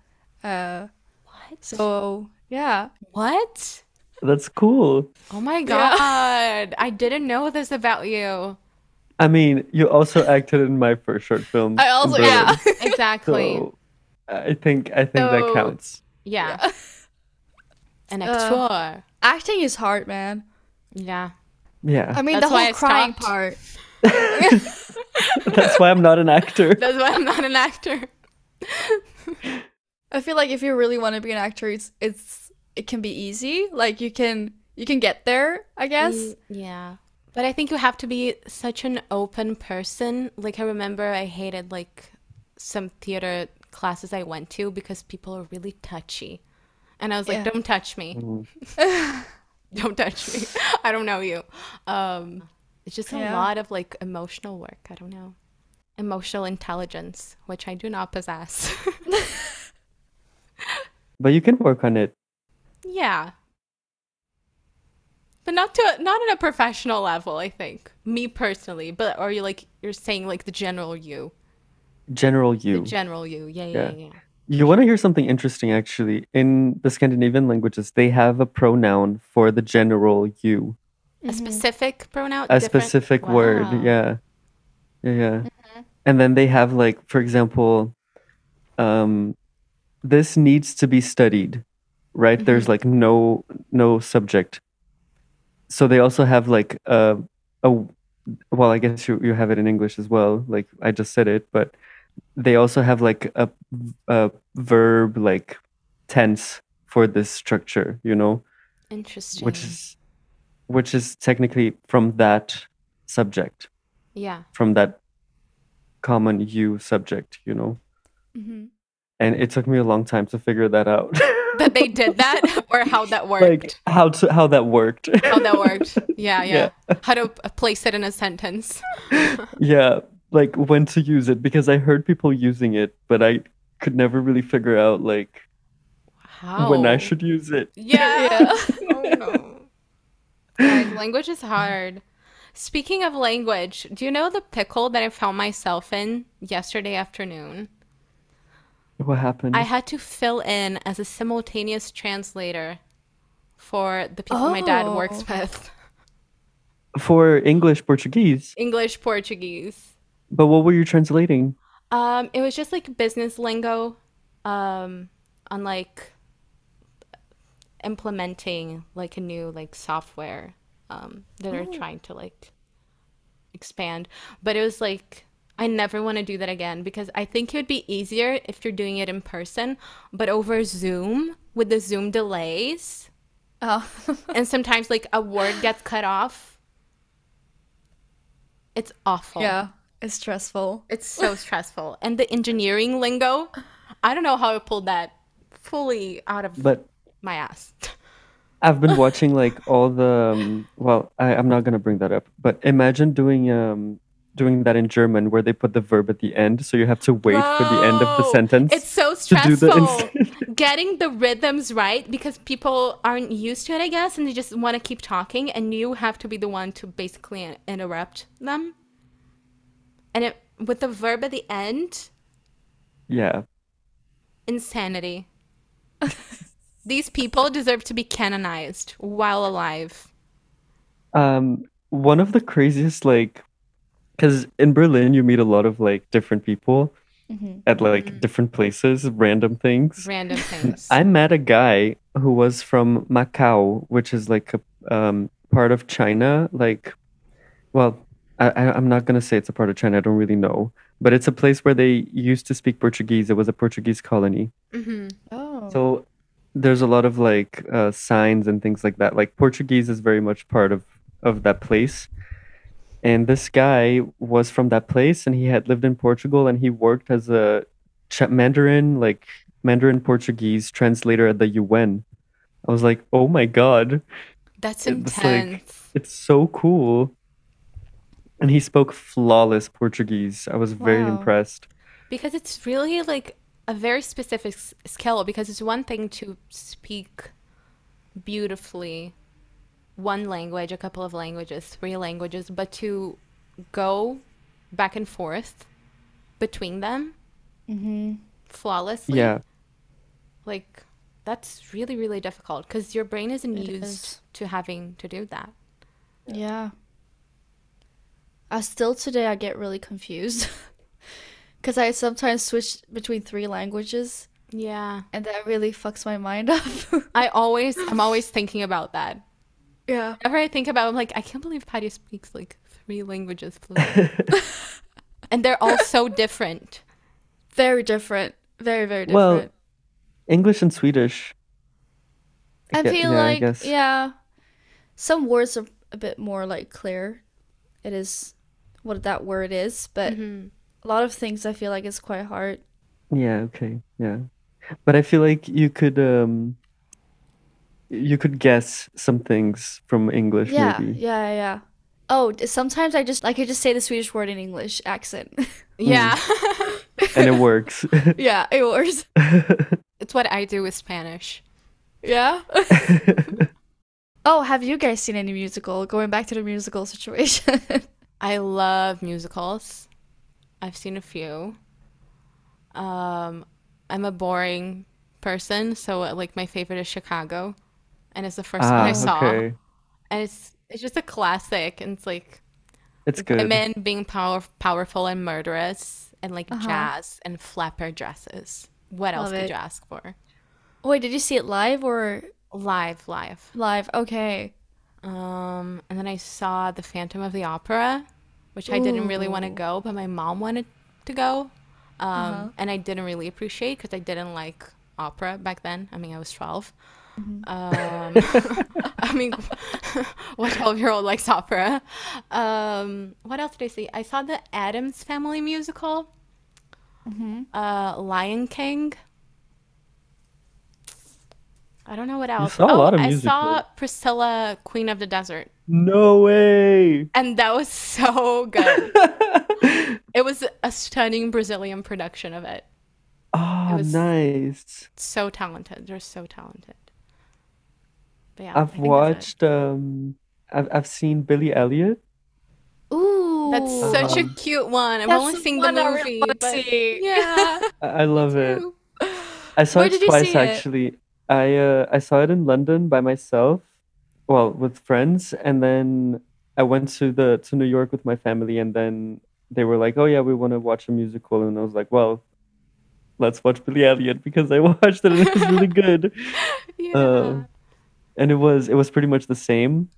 Uh What? so yeah. What? That's cool. Oh my god. I didn't know this about you. I mean, you also acted in my first short film. I also in yeah. Berlin. Exactly. So I think I think So- that counts. yeah. An Uh, actor. acting is hard, man. yeah. Yeah. I mean That's the why I whole crying stopped. part. That's why I'm not an actor. That's why I'm not an actor. I feel like if you really want to be an actor, it's it's it can be easy. Like you can you can get there, I guess. Mm, yeah. But I think you have to be such an open person. Like I remember I hated like some theater classes I went to because people are really touchy. And I was like, Yeah. don't touch me. don't touch me. I don't know you. Um it's just a Yeah. lot of like emotional work. I don't know. Emotional intelligence, which I do not possess. But you can work on it. yeah. But not to not on a professional level, I think. Me personally, but are you like you're saying like the general you? General you. The general you. Yeah, Yeah. yeah, yeah. yeah. You want to hear something interesting, actually. In the Scandinavian languages, they have a pronoun for the general you, A specific pronoun, a different- specific word. Wow. Mm-hmm. Yeah. Yeah. yeah. And then they have, like, for example, um, this needs to be studied, right? Mm-hmm. There's like no no subject. So they also have like a, a well, I guess you, you have it in English as well. Like I just said it, but they also have like a, a verb like tense for this structure, you know, Interesting. which is which is technically from that subject, yeah. from that common you subject, you know. hmm Mm. And it took me a long time to figure that out. That they did that or how that worked. like how to how that worked. how that worked. Yeah, yeah. How to p- place it in a sentence. yeah, like when to use it because I heard people using it, but I could never really figure out like How? when I should use it. Yeah. oh, no. Guys, language is hard. Speaking of language, do you know the pickle that I found myself in yesterday afternoon? What happened? I had to fill in as a simultaneous translator for the people my dad works with For English Portuguese, English, Portuguese. but what were you translating? Um, it was just like business lingo, um, on like implementing like a new like software um, that are trying to like expand. But it was like I never want to do that again because I think it would be easier if you're doing it in person, but over Zoom with the Zoom delays Oh. and sometimes like a word gets cut off. It's awful. yeah. It's stressful. It's so stressful. And the engineering lingo, I don't know how I pulled that fully out of But my ass. I've been watching like all the um, well, I, I'm not gonna bring that up, but imagine doing um doing that in German where they put the verb at the end, so you have to wait for the end of the Bro, sentence. Oh, It's so to do the stressful. Getting the rhythms right because people aren't used to it, I guess, and they just want to keep talking, and you have to be the one to basically in- interrupt them. And it, with the verb at the end, yeah. insanity. These people deserve to be canonized while alive. Um, one of the craziest, like, because in Berlin you meet a lot of like different people at like different places, random things. Random things. I met a guy who was from Macau, which is like a um, part of China. Like, well, I, I, I'm not gonna say it's a part of China. I don't really know, but it's a place where they used to speak Portuguese. It was a Portuguese colony. mm-hmm. Oh. So there's a lot of like uh, signs and things like that. Like Portuguese is very much part of of that place. And this guy was from that place, and he had lived in Portugal, and he worked as a Ch- Mandarin, like Mandarin Portuguese translator at the UN. I was like, oh my god, That's It was like- intense. it's so cool. And he spoke flawless Portuguese. I was very Wow. impressed. because it's really like a very specific s- skill because it's one thing to speak beautifully one language, a couple of languages, three languages, but to go back and forth between them flawlessly. Mm-hmm. Yeah, Like that's really really difficult because your brain isn't It used is. to having to do that. Yeah. I still today I get really confused because I sometimes switch between three languages Yeah. and that really fucks my mind up. I always I'm always thinking about that. yeah. Whenever I think about it, I'm like, I can't believe Patty speaks like three languages fluently. and they're all so different. Very different. Very, very different. Well, English and Swedish. I gue- feel yeah, I like guess. yeah, some words are a bit more like clear. It is what that word is, but a lot of things I feel like is quite hard. Yeah, okay. Yeah. But I feel like you could um you could guess some things from English Yeah, maybe. yeah, yeah. Oh, d- sometimes I just I could just say the Swedish word in English accent. Mm. Yeah. And it works. yeah, it works. it's what I do with Spanish. Yeah. oh, have you guys seen any musical? Going back to the musical situation. I love musicals. I've seen a few. Um, I'm a boring person, so uh, like my favorite is Chicago, and it's the first ah, one I saw, okay. and it's it's just a classic, and it's like It's good. women being power powerful and murderous, and like jazz and flapper dresses. What else Uh-huh. Love could it. you ask for? Wait, did you see it live or Live, live. live? Okay. Um, and then I saw The Phantom of the Opera, which I didn't really want to go, but my mom wanted to go. Um, and I didn't really appreciate because I didn't like opera back then. I mean, I was 12. Um, I mean, what 12 year old likes opera? Um, what else did I see? I saw the Adams Family musical, uh, Lion King. I don't know what else. Oh, saw a lot of I saw musicals. Priscilla, Queen of the Desert No way. and that was so good. it was a stunning Brazilian production of it. Ah, was- nice. So talented. They're so talented. But yeah, I I've think that's it. watched um I've I've seen Billy Elliot. Ooh. That's such a cute one. I've That's only the seen the one I really movie. wanna but see. Yeah. I, I love it. I saw Where it did you twice see it? actually. I uh, I saw it in London by myself, well, with friends, and then I went to the to New York with my family, and then they were like, "Oh yeah, we want to watch a musical," and I was like, "Well, let's watch Billy Elliot because I watched it and it was really good." yeah. Um, and it was it was pretty much the same.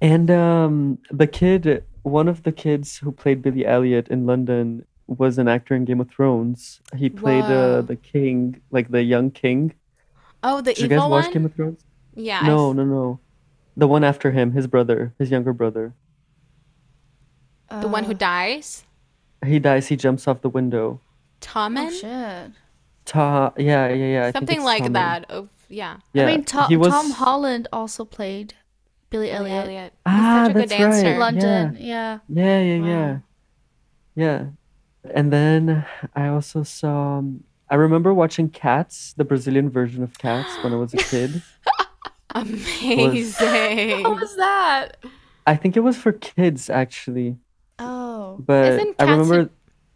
And um, the kid, one of the kids who played Billy Elliot in London, was an actor in Game of Thrones. He played Wow. uh, the king, like the young king. oh, the Did you guys evil watch one? Game of Thrones? yeah. No, I, no, no. The one after him, his brother, his younger brother. the one Uh, who dies? He dies. He jumps off the window. Tommen? Oh, shit. Ta, yeah, yeah, yeah. I think Something it's like Tommen. that. Oh, yeah. Yeah, I mean, To- he was- Tom Holland also played Billy Billy Elliot. Elliot. He's Ah, such a good that's right. dancer. London, yeah. Yeah, yeah, Wow. yeah. Yeah. And then I also saw, um, I remember watching Cats, the Brazilian version of Cats when I was a kid. Amazing. What was that? I think it was for kids actually, Oh. but Isn't I Cats a- remember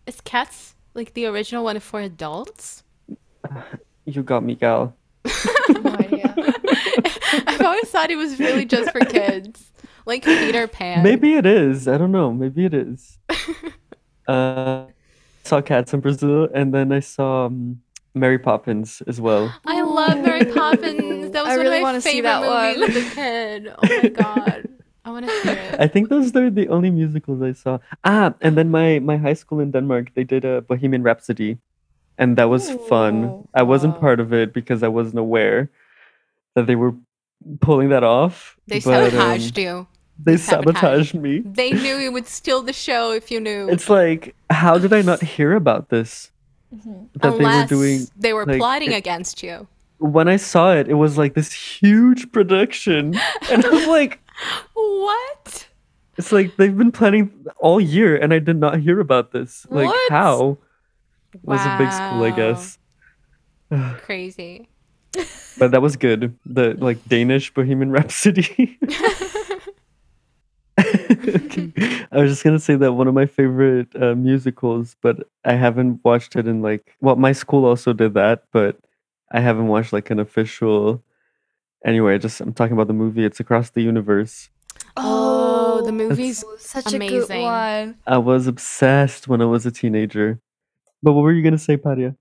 Is Cats like the original one for adults? you got me, Gal. No idea. I've always thought it was really just for kids, like Peter Pan. Maybe it is. I don't know. Maybe it is. uh, saw Cats in Brazil, and then I saw um, Mary Poppins as well. I love Mary Poppins. That was I really one wanna of my see favorite that movies as a kid. Oh my god, I want to see it. I think those are the only musicals I saw. Ah, and then my my high school in Denmark, they did a Bohemian Rhapsody, and that was fun. Ooh, I wasn't wow. part of it because I wasn't aware that they were pulling that off. They but, um, sabotaged you. they sabotaged. sabotaged me. They knew you would steal the show if you knew. It's like, how did I not hear about this? That Mm-hmm. Unless they were doing. they were like, plotting it- against you. When I saw it, it was like this huge production, and I was like, What? it's like they've been planning all year, and I did not hear about this. Like, What? how? was a big school, I Wow. guess. Crazy. But that was good. The like Danish Bohemian Rhapsody. Okay. I was just gonna say that one of my favorite uh, musicals, but I haven't watched it in like. Well, my school also did that, but I haven't watched like an official. Anyway, I just I'm talking about the movie. It's Across the Universe. Oh, the movie's such a good amazing. one. I was obsessed when I was a teenager. But what were you gonna say, Padia?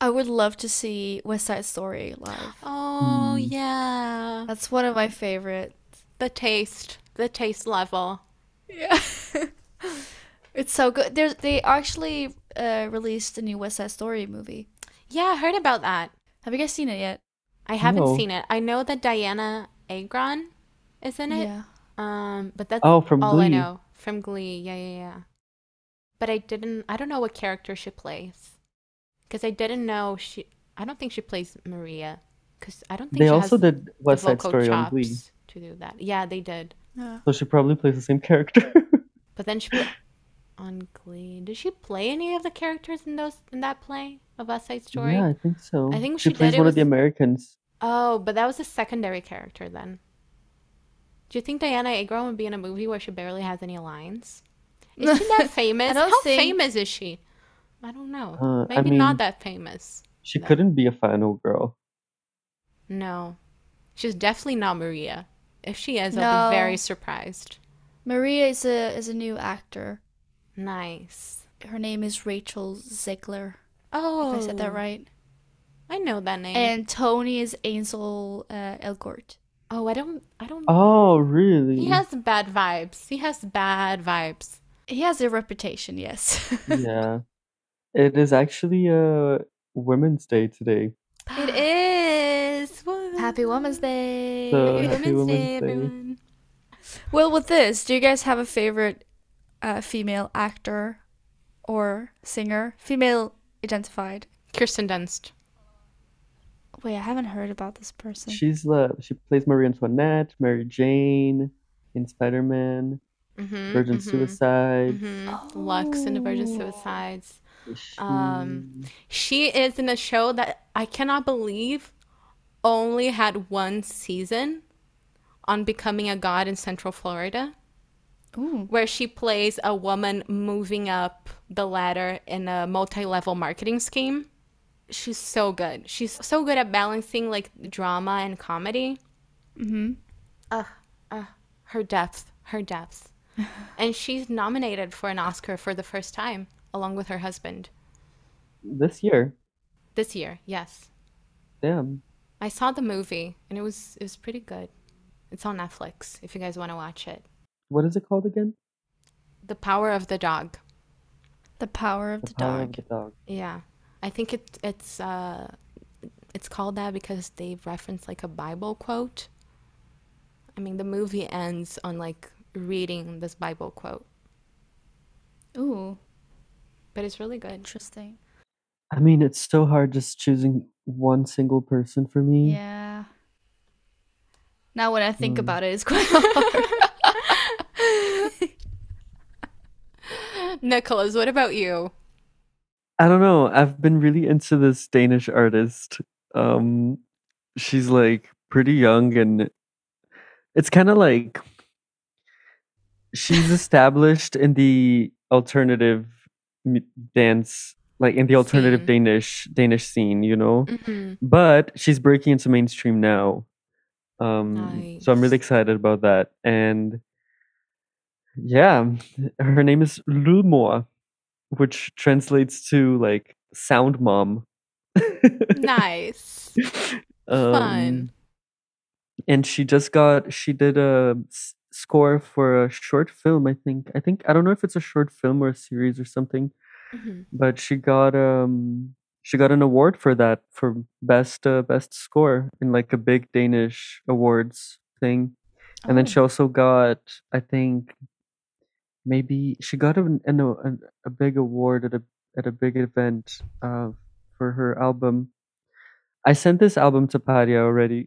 I would love to see West Side Story live. Oh Mm. yeah. That's one of my favorite. The taste. The taste level. Yeah. It's so good. There's, they actually uh, released a new West Side Story movie. Yeah, I heard about that. Have you guys seen it yet? I haven't No. seen it. I know that Diana Agron is in it. Yeah. Um, but that's Oh, from all I Glee. know from Glee. Yeah, yeah, yeah. But I didn't. I don't know what character she plays because I didn't know she. I don't think she plays Maria because I don't think They she also has did the West Side vocal Story on Glee, chops to do that. Yeah, they did. Yeah. so she probably plays the same character. But then she pla- on Glee. Did she play any of the characters in those in that play of West Side Story? Yeah, I think so. I think she, she did. plays It one of the was- Americans. Oh, but that was a secondary character then. Do you think Diana Agron would be in a movie where she barely has any lines? Is she that famous? don't How think- famous is she? I don't know. Uh, I Maybe not mean- that famous. She No. couldn't be a final girl. No. She's definitely not Maria. If she is, I'll be No. very surprised. Maria is a is a new actor. Nice. Her name is Rachel Ziegler. Oh, If I said that right. I know that name. And Tony is Ansel uh, Elgort. oh, I don't. I don't. Oh, really? He has bad vibes. He has bad vibes. He has a reputation, yes. yeah. It is actually uh Women's Day today. It is. Woo. Happy Women's Day. So, happy Women's Day. Well, with this, do you guys have a favorite uh, female actor or singer? Female identified. Kirsten Dunst. Wait, I haven't heard about this person. She's the she plays Marie Antoinette, Mary Jane, in Spider Man, Mm-hmm, Virgin Suicide. Lux Mm-hmm. and the Virgin Suicides. Um, She is in a show that I cannot believe only had one season on becoming a god in Central Florida, Ooh. where she plays a woman moving up the ladder in a multi level marketing scheme. She's so good. She's so good at balancing like drama and comedy. Mm-hmm. her depth, her depth. and she's nominated for an Oscar for the first time, along with her husband, This year. this year. Yes, Damn. I saw the movie, and it was it was pretty good. It's on Netflix if you guys want to watch it. What is it called again? The Power of the Dog. The power of the, Power of dog. the dog. Yeah, I think it it's uh it's called that because they reference like a Bible quote. I mean, the movie ends on like reading this Bible quote, Ooh, but it's really good. interesting. I mean, it's so hard just choosing one single person for me. Yeah. Now when I think Mm. about it, it's quite hard. Nicholas, what about you? I don't know. I've been really into this Danish artist. Um, she's like pretty young, and it's kind of like she's established in the alternative mu- dance, like in the alternative Scene. Danish Danish scene, you know. Mm-hmm. But she's breaking into mainstream now. Um, So I'm Nice. really excited about that. And yeah, her name is Lulmor, which translates to like sound mom. nice. Fun. Um, And she just got, she did a s- score for a short film, I think. I think, I don't know if it's a short film or a series or something, Mhm. but she got, um, she got an award for that for best uh, best score in like a big Danish awards thing and then she also got i think maybe she got an, an, an, a big award at a at a big event uh, for her album i sent this album to padia already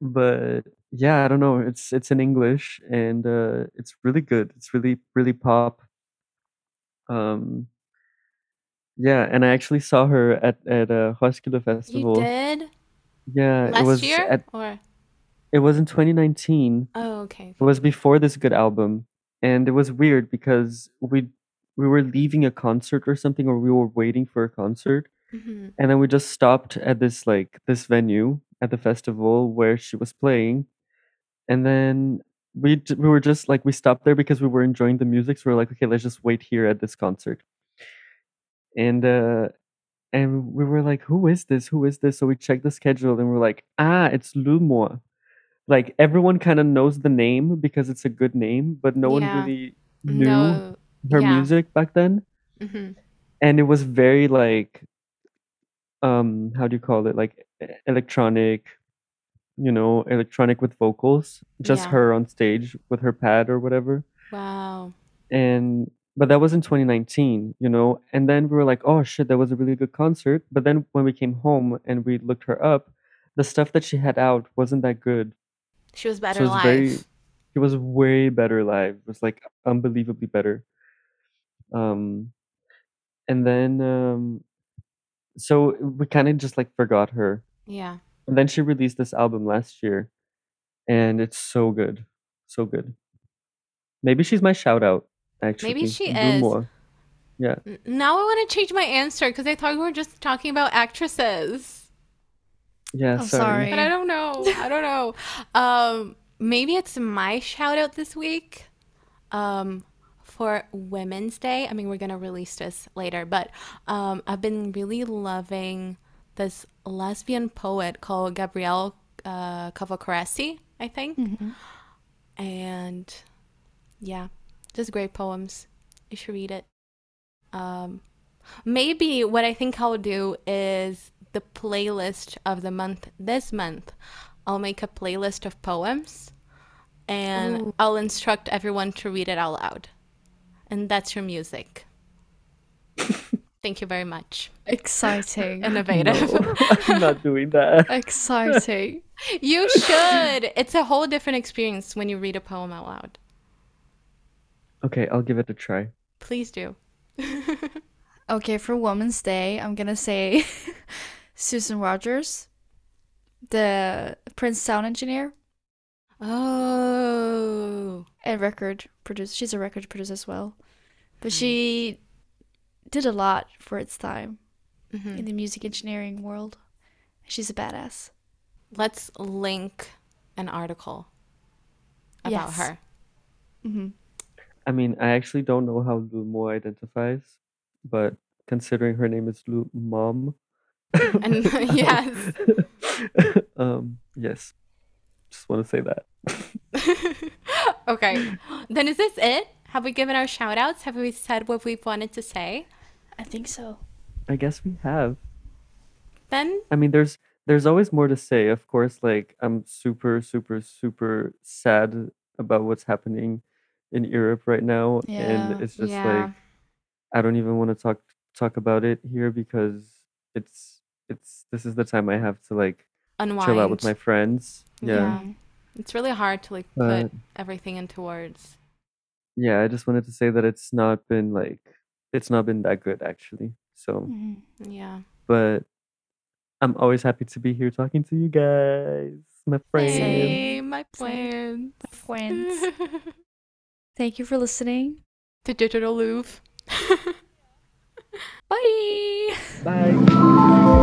but yeah i don't know it's it's in english and uh it's really good it's really really pop um yeah and i actually saw her at at a Roskilde you festival did yeah last Uh, it was year at or it was in 2019 oh okay. it was before this good album and it was weird because we we were leaving a concert or something or we were waiting for a concert Mhm. and then we just stopped at this like this venue at the festival where she was playing and then we d- we were just like we stopped there because we were enjoying the music so we are like okay let's just wait here at this concert and uh and we were like who is this who is this so we checked the schedule and we are like ah it's Lumor like everyone kind of knows the name because it's a good name but no Yeah. one really knew No. her yeah. music back then hmm and it was very like um how do you call it like e- electronic you know electronic with vocals just Yeah. her on stage with her pad or whatever Wow. and but that was in 2019 you know and then we were like oh shit that was a really good concert but then when we came home and we looked her up the stuff that she had out wasn't that good She was so better it's live. very it was way better live it was like unbelievably better um and then um so we kind of just like forgot her Yeah. and then she released this album last year and it's so good so good maybe she's my shout out actually she Do is. more. N- Now I want to change my answer because I thought we were just talking about actresses. yeah Oh, sorry. sorry. But I don't know. I don't know. Um, maybe it's my shout out this week um, for Women's Day. I mean, we're going to release this later, but um, I've been really loving this lesbian poet called Gabrielle uh, Cavacaresi, I think. And yeah, just great poems. You should read it. Um, maybe what I think I'll do is the playlist of the month this month. I'll make a playlist of poems and I'll instruct everyone to read it out loud. And that's your music. Thank you very much. Exciting. Innovative. i'm not doing that Exciting. you should. It's a whole different experience when you read a poem out loud. okay i'll give it a try Please do. Okay, for Women's Day, I'm gonna say Susan Rogers, the Prince sound engineer Oh. and record producer. She's a record producer as well, but she did a lot for its time in the music engineering world. She's a badass. Let's link an article about Yes. her. hmm i mean i actually don't know how lumo identifies but considering her name is Lu mom And yes. um yes just want to say that okay. Then is this it? Have we given our shout outs? Have we said what we've wanted to say? I think so. i guess we have Then I mean, there's there's always more to say. Of course, like I'm super, super, super sad about what's happening in Europe right now, Yeah, and it's just yeah. like I don't even want to talk talk about it here because it's it's this is the time I have to like unwind. chill out with my friends. Yeah, It's really hard to like put But- everything into words. yeah. I just wanted to say that it's not been like it's not been that good actually. So, Mhm. Yeah. but I'm always happy to be here talking to you guys, my friends. Hey, my plans. Friends. Thank you for listening. the digital Louvre. Bye. Bye.